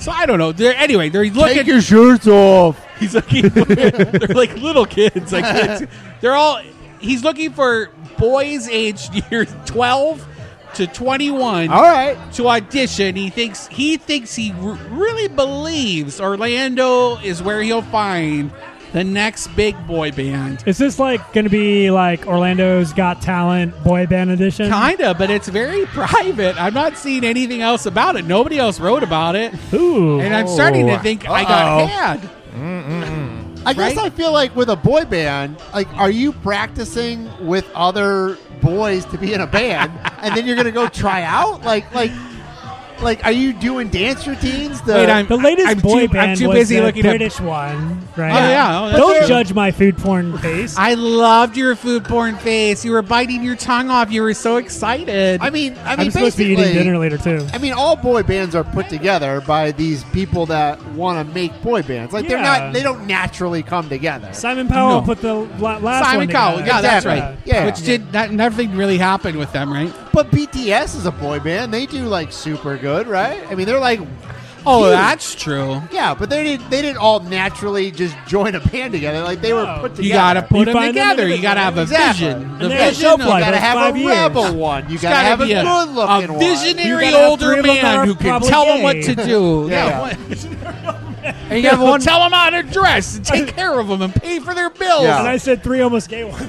So I don't know. They're, anyway, they're looking. Take your shirts off. he's looking. [LAUGHS] they're like little kids. Like kids. they're all. He's looking for boys aged year 12 to 21 All right. to audition. He thinks he thinks he r- really believes Orlando is where he'll find the next big boy band. Is this like going to be like Orlando's Got Talent boy band edition? Kinda, but it's very [LAUGHS] private. I'm not seeing anything else about it. Nobody else wrote about it, Ooh, and I'm starting to think I Uh-oh. got had. I guess Oh. Right? I feel like with a boy band, like, are you practicing with other boys to be in a band, and then you're gonna go try out? Like, like, like, are you doing dance routines? To, Wait, I'm- the latest I'm boy too- I'm band too was busy the looking at- British one, right? Oh, yeah. Oh, that's Don't true. judge my food porn face. I loved your food porn face. You were biting your tongue off. You were so excited. I mean, I mean, am supposed to be eating basically- dinner later too. I mean, all boy bands are put together by these people that want to make boy bands. Like they're Yeah. not, they don't naturally come together. Simon No. Powell put the la- last Simon one Cowell. together. Yeah, that's Exactly. right. Yeah. Which did that, nothing really happened with them, right? But But BTS is a boy band. They do like super good, right? I mean, they're like, Oh, huge. that's true. yeah, but they didn't. They didn't all naturally just join a band together. Like they were No. put together. You gotta put You them find them together. You individually, gotta have a Exactly. vision. And The they had vision show of- You plug gotta for have five a years. rebel one. You It's gotta gotta have a be a, good looking uh, a one. visionary You gotta have three older of them that man are who can probably tell them what gay. to do. Yeah. what- And you have one. tell them how to dress and take care of them and pay for their bills. Yeah. And I said three almost [LAUGHS] gay ones.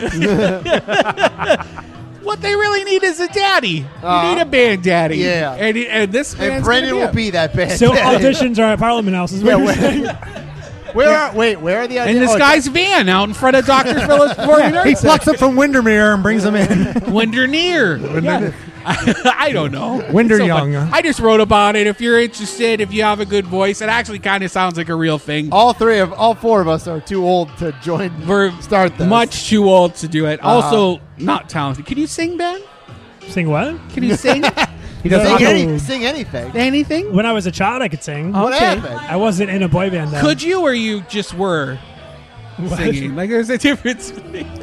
What they really need is a daddy. Uh, you need a band daddy. yeah. and, and this and man's Brendan gonna will be that band. [LAUGHS] so auditions are at Parliament House. Is what Yeah, you're wait. saying. Where are? Wait, where are the auditions? in this guy's van out in front of Doctor [LAUGHS] Phillips Boarding He plucks up from Windermere and brings [LAUGHS] them in. Windernear. Yeah. I, [LAUGHS] I don't know. Winder So Young. fun. I just wrote about it. If you're interested, if you have a good voice, it actually kind of sounds like a real thing. Oh, All three of all four of us are too old to join. Oh, We're Uh-huh. start this. much too old to do it. Also, not talented. Can you sing, Ben? Sing what? Can you [LAUGHS] sing He sing, doesn't. any, sing anything. anything? When I was a child, I could sing. What okay. happened? I wasn't in a boy band though. Oh, Could you, or you just were singing? Like there's a difference.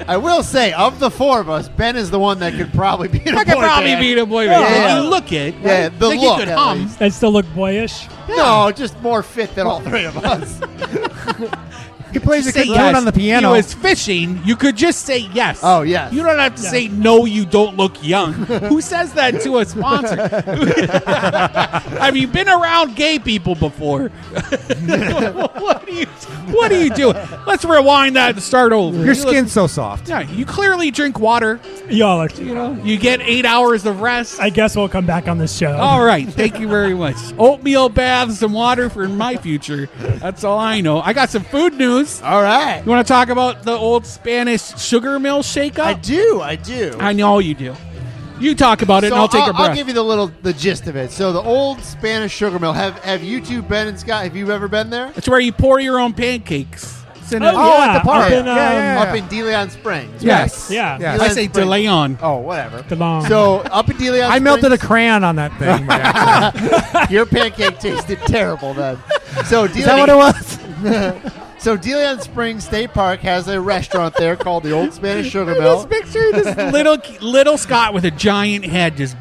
I will say, of the four of us, Ben is the one that could probably be. I could probably band. be the boy band. Yeah. You look it. Yeah, right? the like look, You could at hum. least. I still look boyish. No, just more fit than all three [LAUGHS] of us. He plays a Say guitar yes. on the piano. He was fishing. You could just say yes. Oh, yes. You don't have to Yeah. say no. You don't look young. Who says that to a sponsor? [LAUGHS] have you been around gay people before? [LAUGHS] what do you What do you do? Let's rewind that and start over. Your You look- skin's so soft. yeah, you clearly drink water. Y'all are. You know. You get eight hours of rest. I guess we'll come back on this show. All right, thank you very much. Oatmeal baths and water for my future. That's all I know. I got some food news. all right. You want to talk about the old Spanish sugar mill shakeup? I do. I do. I know you do. You talk about it, so and I'll take a breath. I'll give you the little the gist of it. So the old Spanish sugar mill. Have have you two been and Scott? Have you ever been there? it's where you pour your own pancakes. It's in a- Oh, at yeah, the park. Up in, Yeah, um, yeah, Up in DeLeon Springs. Yes. Yeah. Yeah. right? I DeLeon say Springs. DeLeon. Oh, whatever. The long- So up in DeLeon, I melted a Springs, crayon on that thing. by accident. your pancake tasted terrible then. So DeLeon, Is that what it [LAUGHS] was? so DeLeon Springs State Park has a restaurant there called the Old Spanish Sugar Let's Mill. picture this [LAUGHS] little little Scott with a giant head just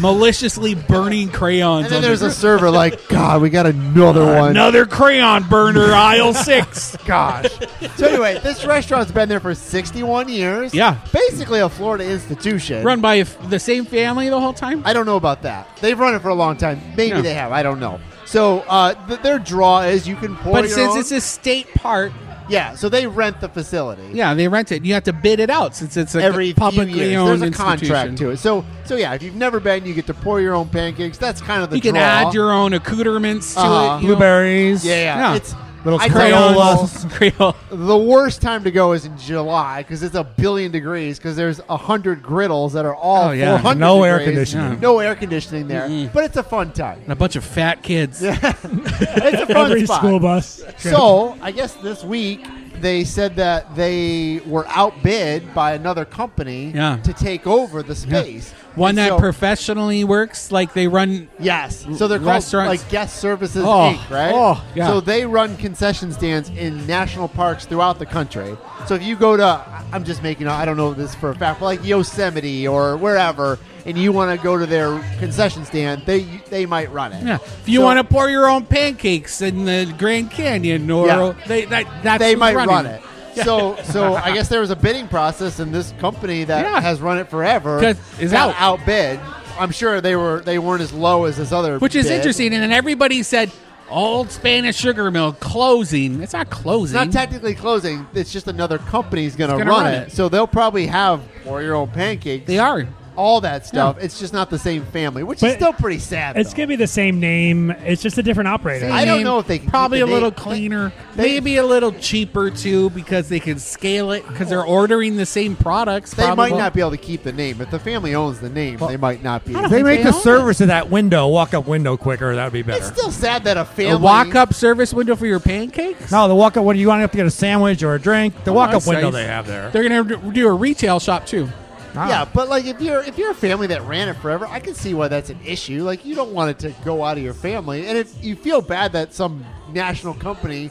maliciously burning crayons. And then on the there's a gr- server like, God, we got another one. another crayon burner aisle six. Gosh. So anyway, this restaurant's been there for 61 years. Yeah. Basically a Florida institution. Run by f- the same family the whole time. I don't know about that. They've run it for a long time. Maybe Yeah. they have. I don't know. So uh, th- their draw is you can pour. But your since own- it's a state park, yeah, so they rent the facility. yeah, they rent it. You have to bid it out since it's a Every few publicly years, owned there's a institution. contract to it. So, so yeah, if you've never been, you get to pour your own pancakes. That's kind of the You can draw. add your own accoutrements to Uh-huh. it. you know? Blueberries. yeah, uh, yeah. It's Little I tell people, Crayolas. [LAUGHS] Crayola. The worst time to go is in July because it's a billion degrees because there's a hundred griddles that are all Oh, yeah. 400 No air degrees. conditioning. No air conditioning there, Mm-hmm. but it's a fun time. and [LAUGHS] a bunch of fat kids. It's a fun Every spot. school bus. So I guess this week they said that they were outbid by another company Yeah. to take over the space. One And that so- professionally works, like they run. Yes, so they're called Restaurants. like guest services Oh. Inc. Right? Oh, yeah. So they run concession stands in national parks throughout the country. So if you go to, I- I'm just making, I don't know this for a fact, but like Yosemite or wherever, and you want to go to their concession stand, they they might run it. Yeah. If you So want to pour your own pancakes in the Grand Canyon, or Yeah. they that, that's they who's might running. run it. So, so I guess there was a bidding process, and this company that Yeah. has run it forever 'Cause it's got out. outbid. I'm sure they were they weren't as low as this other, which is bid. interesting. And then everybody said, "Old Spanish Sugar Mill closing." It's not It's closing. not technically closing. It's just another company's going to gonna run, run it. it. So they'll probably have four-year-old pancakes, they are. all that stuff. It's just not the same family, which is But still pretty sad. It's though. gonna be the same name. It's just a different operator. I don't know if they can probably keep a the little name. cleaner, They- maybe a little cheaper too, because they can scale it because they're ordering the same products. they probably. might not be able to keep the name. If the family owns the name, they might not be. They make they the own service of that window, walk up window quicker. That would be It's better. still sad that a family a walk-up service window for your pancakes. No, the walk up window, you want to have to get a sandwich or a drink. The walk up that's window Oh, nice. they have there. They're gonna do a retail shop too. Ah. Yeah, but like if you're if you're a family that ran it forever, I can see why that's an issue. Like you don't want it to go out of your family, and it's you feel bad that some national company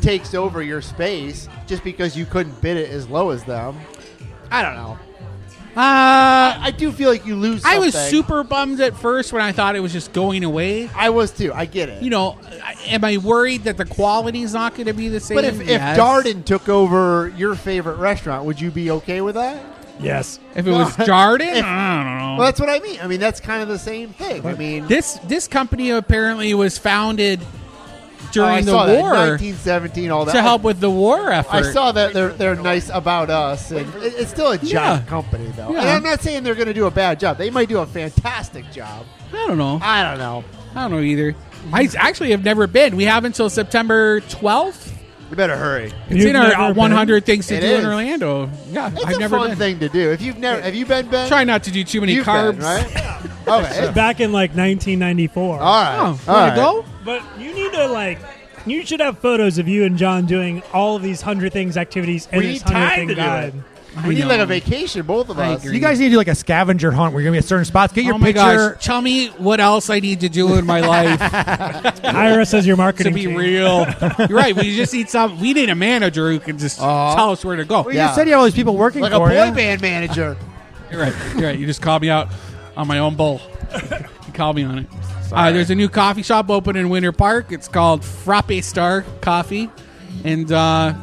takes over your space just because you couldn't bid it as low as them. I don't know. Uh, I do feel like you lose. I was something. super bummed at first when I thought it was just going away. I was too. I get it. You know, I- am I worried that the quality's not going to be the same? but if, if Yes. Darden took over your favorite restaurant, would you be okay with that? Yes. if it [LAUGHS] was Darden, I don't know. Well, that's what I mean. I mean, that's kind of the same thing. I mean, This this company apparently was founded oh, during I the saw that, war 1917, all that. to help with the war effort. I saw that they're they're nice about us, and it- it's still a giant Yeah. company though. Yeah. And I'm not saying they're going to do a bad job. They might do a fantastic job. I don't know. I don't know. I don't know either. I s- actually have never been. We have until September 12th. You better hurry. It's You've in our never uh, been? 100 things to It do is. in Orlando. Yeah, It's I've a never fun been. thing to do. If you've never, have you been Ben? Try not to do too many You've carbs. [LAUGHS] been, right? okay. Back in like 1994. All right. Oh, All wanna right. go? But you need to like. You should have photos of you and John doing all of these hundred things activities in We this need time hundred thing to do [LAUGHS] guide. it. I We need like know. a vacation, both of I us. agree. You guys need to do like a scavenger hunt. We're gonna be at certain spots. Get your oh my picture. gosh! Tell me what else I need to do in [LAUGHS] my life Hire us as your to marketing be team. real. You're right. We just need some. We need a manager who can just Aw. tell us where to go. Well, you Yeah. just said you have all these people working Like a for boy you. band manager. You're right. You're right. You just called me out on my own bull. You called me on it. Uh, there's a new coffee shop open in Winter Park. It's called Frappe Star Coffee, and uh,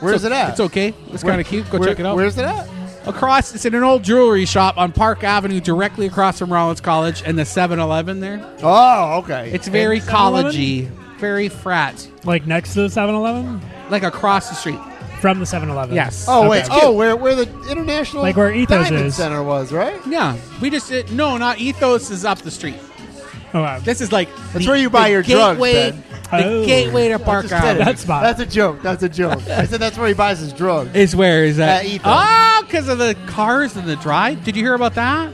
Where's it at? It's okay. It's kind of cute. Go Where- check it out. Where's it at? Across, it's in an old jewelry shop on Park Avenue, directly across from Rollins College and the 7-Eleven there. Oh, okay. It's very And 7-Eleven? collegey, very frat, Like next to the 7 Eleven? like across the street. From the 7 Eleven. Yes. oh okay. wait, oh where where the international Like where Ethos Diamond is. Center was right. Yeah, we just did, no, not Ethos is up the street. Oh, wow. This is like That's where you buy your drugs, gateway, Ben. The Oh. gateway to I Park just said it. Avenue That's fine. That's a joke. That's a joke. I said that's where he buys his drugs. is where is that? At Ethos. Oh, because of the cars and the drive. Did you hear about that?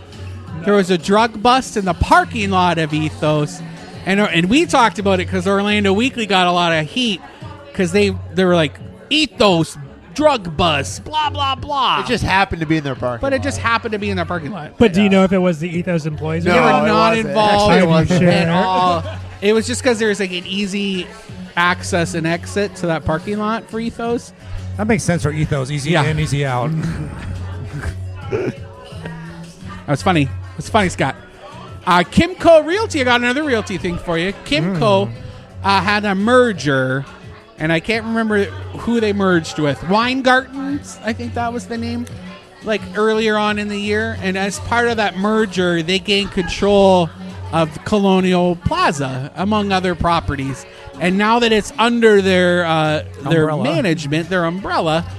There was a drug bust in the parking lot of Ethos, and and we talked about it because Orlando Weekly got a lot of heat because they they were like Ethos drug bust, blah blah blah. It just happened to be in their park. but it just happened to be in their parking lot. But do you know if it was the Ethos employees? or No. they were it not wasn't. involved Actually, it wasn't. at all. It was just because there was like an easy access and exit to that parking lot for Ethos. That makes sense for ethos. Easy Yeah. in, easy [LAUGHS] out. That was funny. It's funny, Scott. Uh, Kimco Realty, I got another realty thing for you. Kimco uh, had a merger, and I can't remember who they merged with. Weingartens, I think that was the name, like earlier on in the year. And as part of that merger, they gained control of Colonial Plaza, among other properties. And now that it's under their uh, their Umbrella. management, their umbrella,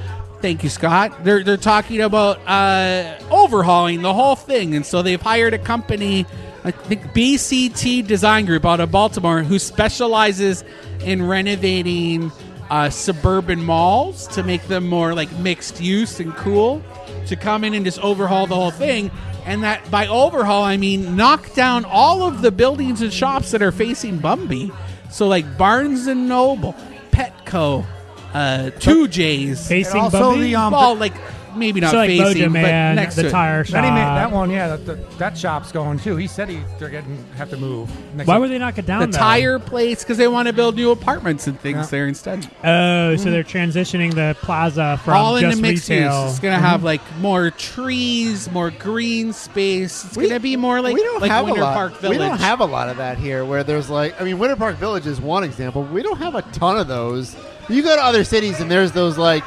Thank you, Scott. They're they're talking about uh, overhauling the whole thing, and so they've hired a company, I think BCT Design Group out of Baltimore, who specializes in renovating uh, suburban malls to make them more like mixed use and cool. To come in and just overhaul the whole thing, and that by overhaul I mean knock down all of the buildings and shops that are facing Bumby. So like Barnes and Noble, Petco, uh, Two J's, Facing also Bumby? the, um, well, like maybe not so like facing, Mojo but Man, next the to it. tire shop. that, he made, that one, yeah, that, that, that shop's going too. He said he they're getting have to move. Next Why week. would they knock it down? The though? tire place because they want to build new apartments and things Yeah. there instead. Oh, so they're transitioning the plaza from All into just mixed retail. Mm-hmm. use. It's gonna have like more trees, more green space. It's We- gonna be more like we don't like have Winter a lot. Park Village. We don't have a lot of that here. Where there's like, I mean, Winter Park Village is one example. We don't have a ton of those. You go to other cities and there's those like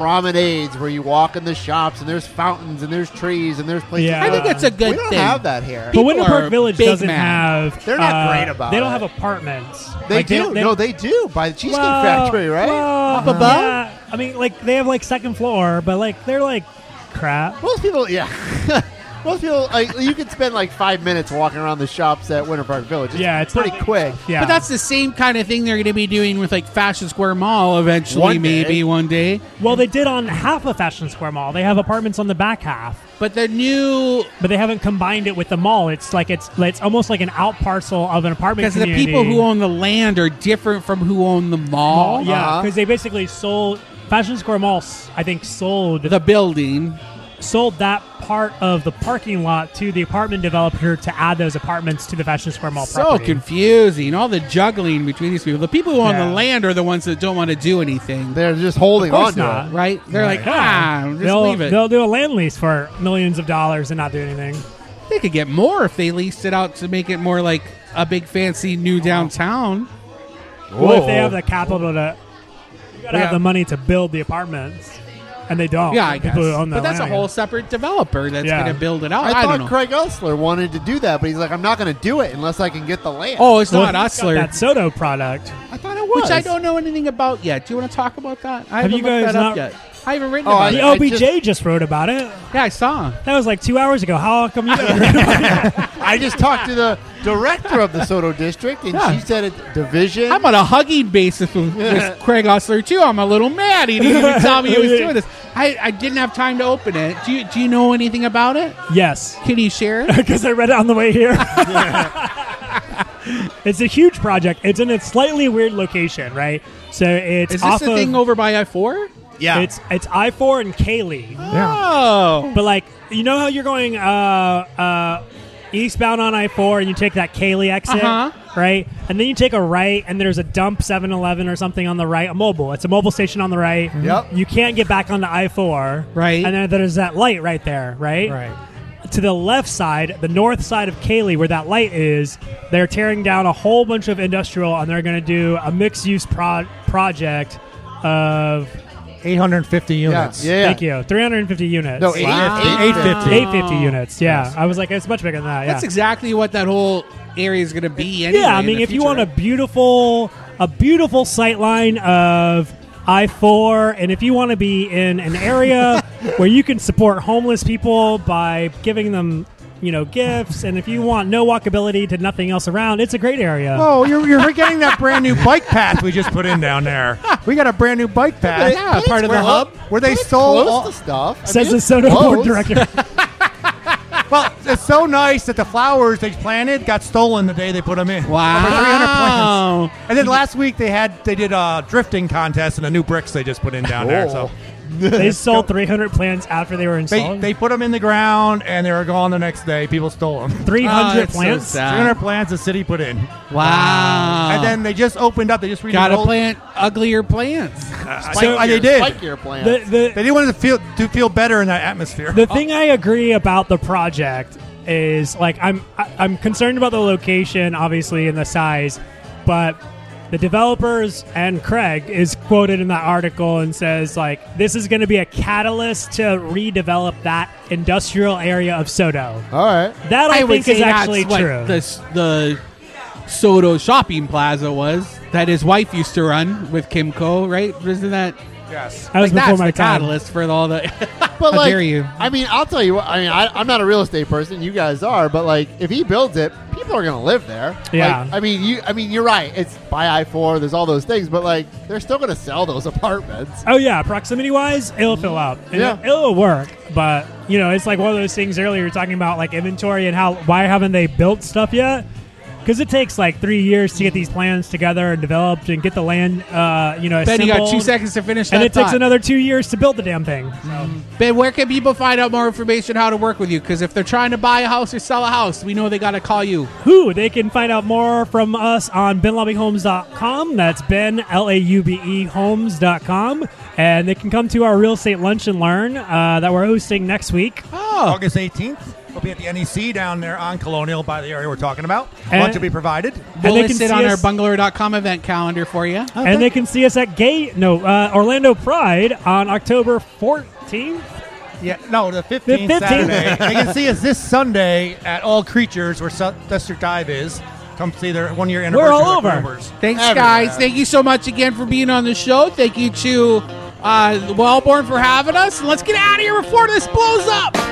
promenades where you walk in the shops and there's fountains and there's trees and there's places. Yeah. I think that's a good we don't thing. have that here. But People Winter are Park Village big doesn't mad. have. They're not uh, great about They don't it. have apartments. They Like, do. don't- no, they do. By the Cheesecake Well, Factory, right? well, Papa Bob? yeah. I mean, like they have like second floor, but like they're like crap. Most people, yeah. [LAUGHS] Most people, like, you could spend like five minutes walking around the shops at Winter Park Village. It's Yeah, it's pretty not- quick. Yeah, But that's the same kind of thing they're going to be doing with like Fashion Square Mall eventually, One day. maybe one day. well, they did on half of Fashion Square Mall. They have apartments on the back half, But the new but they haven't combined it with the mall. It's like it's it's almost like an out parcel of an apartment because the community. people who own the land are different from who own the mall. yeah, Uh-huh. because they basically sold Fashion Square Mall. s- I think sold the building sold that part of the parking lot to the apartment developer to add those apartments to the Fashion Square Mall So property. confusing. All the juggling between these people. The people who own Yeah. the land are the ones that don't want to do anything, They're just holding course on to not. it. right? They're like, ah, just they'll, leave it. They'll do a land lease for millions of dollars and not do anything. They could get more if they leased it out to make it more like a big fancy new downtown. Well, if they have the capital to, you gotta Yeah. have the money to build the apartments, and they don't. yeah, I guess. People who own the But that's a land, I whole guess. separate developer that's Yeah. going to build it out. I, I, thought don't know. Craig Usler wanted to do that, but he's like, I'm not going to do it unless I can get the land. oh, it's Well, not he's got Osler. That Soto product. I thought it was. Which I don't know anything about yet. Do you want to talk about that? I Have haven't you looked guys that up not- yet. I haven't written Oh, about I- The it. OBJ just, wrote about it. Yeah, I saw. That was like two hours ago. How come you [LAUGHS] haven't read about it? I just talked to the director of the Soto District, and Yeah. she said it division. I'm on a hugging basis [LAUGHS] with this Craig Osler too. I'm a little mad he didn't even tell me [LAUGHS] he was doing this. I, I didn't have time to open it. Do you do you know anything about it? Yes, Can you share [LAUGHS] it? because I read it on the way [LAUGHS] here. it's a huge project. It's in a slightly weird location, right? So it's Is this off the of thing over by I four? Yeah. it's it's I four and Kaylee. Oh, But like, you know how you're going uh, uh, eastbound on I four, and you take that Cayley exit, Uh-huh. right? And then you take a right, and there's a dump 7-Eleven or something on the right, a mobile. It's a mobile station on the right. Yep. You can't get back onto I four, Right. And then there's that light right there, right? To the left side, the north side of Cayley, where that light is, they're tearing down a whole bunch of industrial, and they're going to do a mixed-use pro- project of 850 yeah, units. yeah, yeah. thank you, 350 units. No, eight, Wow. eight, 850. 850 units. Yeah, I was like, it's much bigger than that. Yeah, that's exactly what that whole area is going to be. Anyway yeah. I in mean, the if you future, want a right? beautiful, a beautiful sight line of I four, and if you want to be in [LAUGHS] an area where you can support homeless people by giving them, you know, gifts, and if you want no walkability to nothing else around, it's a great area. Oh, you're, you're forgetting that brand new bike path we just put in down [LAUGHS] there. We got a brand new bike path. Yeah, part of the Well, hub. Where they it's sold. close All, to stuff. I Says mean, the it's Soto close. board director. [LAUGHS] well, it's so nice that the flowers they planted got stolen the day they put them in. Over 300 plants. Wow. And then last week they had they did a drifting contest and the new bricks they just put in down there. So they sold 300 plants after they were they, installed. they put them in the ground and they were gone the next day. [LAUGHS] People stole them. 300 Oh, it's so plants. sad. 300 plants the city put in, Wow. and then they just opened up. They just got to redeveloped- plant uglier plants. I- Spike I- they your- did. Spike your plan. the, the, They did want to feel to feel better in that atmosphere. Oh. The thing I agree about the project is like I'm I- I'm concerned about the location, obviously, and the size, but the developers and Craig is quoted in that article and says like this is going to be a catalyst to redevelop that industrial area of Soto. All right. That I, think is actually that's true. What the, the Soto Shopping Plaza was that his wife used to run with Kimco, right? Isn't that yes. that was like, before that's my the time. catalyst for all the? [LAUGHS] How But like, dare you. I mean, I'll tell you what. I mean, I, I'm not a real estate person. You guys are, but like, if he builds it, people are going to live there. Yeah. Like, I mean, you. I mean, you're right. It's by I four. There's all those things, but like, they're still going to sell those [LAUGHS] apartments. Oh yeah, proximity wise, it'll fill up. And Yeah. it, will work. But you know, it's like one of those things earlier you were talking about, like inventory and how why haven't they built stuff yet? Because it takes like three years to get these plans together and developed and get the land. Uh, you know, ben, you got two assembled. seconds to Mm-hmm. finish. and that it takes thought. another two years to build the damn thing. Ben, where can people find out more information how to work with you? Because if they're trying to buy a house or sell a house, we know they got to call you. Who they can find out more from us on benlobbyhomes.com. That's Ben L A U B E homes.com. And they can come to our real estate lunch and learn uh, that we're hosting next week. Oh, August 18th. We'll be at the NEC down there on Colonial by the area we're talking about. And- Lunch will be provided. we'll and they list can it see on us- our bungalow.com event calendar for you. and they can see us at Gay no uh, Orlando Pride on October 14th. Yeah, no, the 15th, 15th. Saturday. they can see us this Sunday at All Creatures, where Su- District Dive is. Come see their one year anniversary. all with over. members. Thanks, Everywhere. guys. Thank you so much again for being on the show. Thank you to uh, Wellborn for having us. Let's get out of here before this blows up.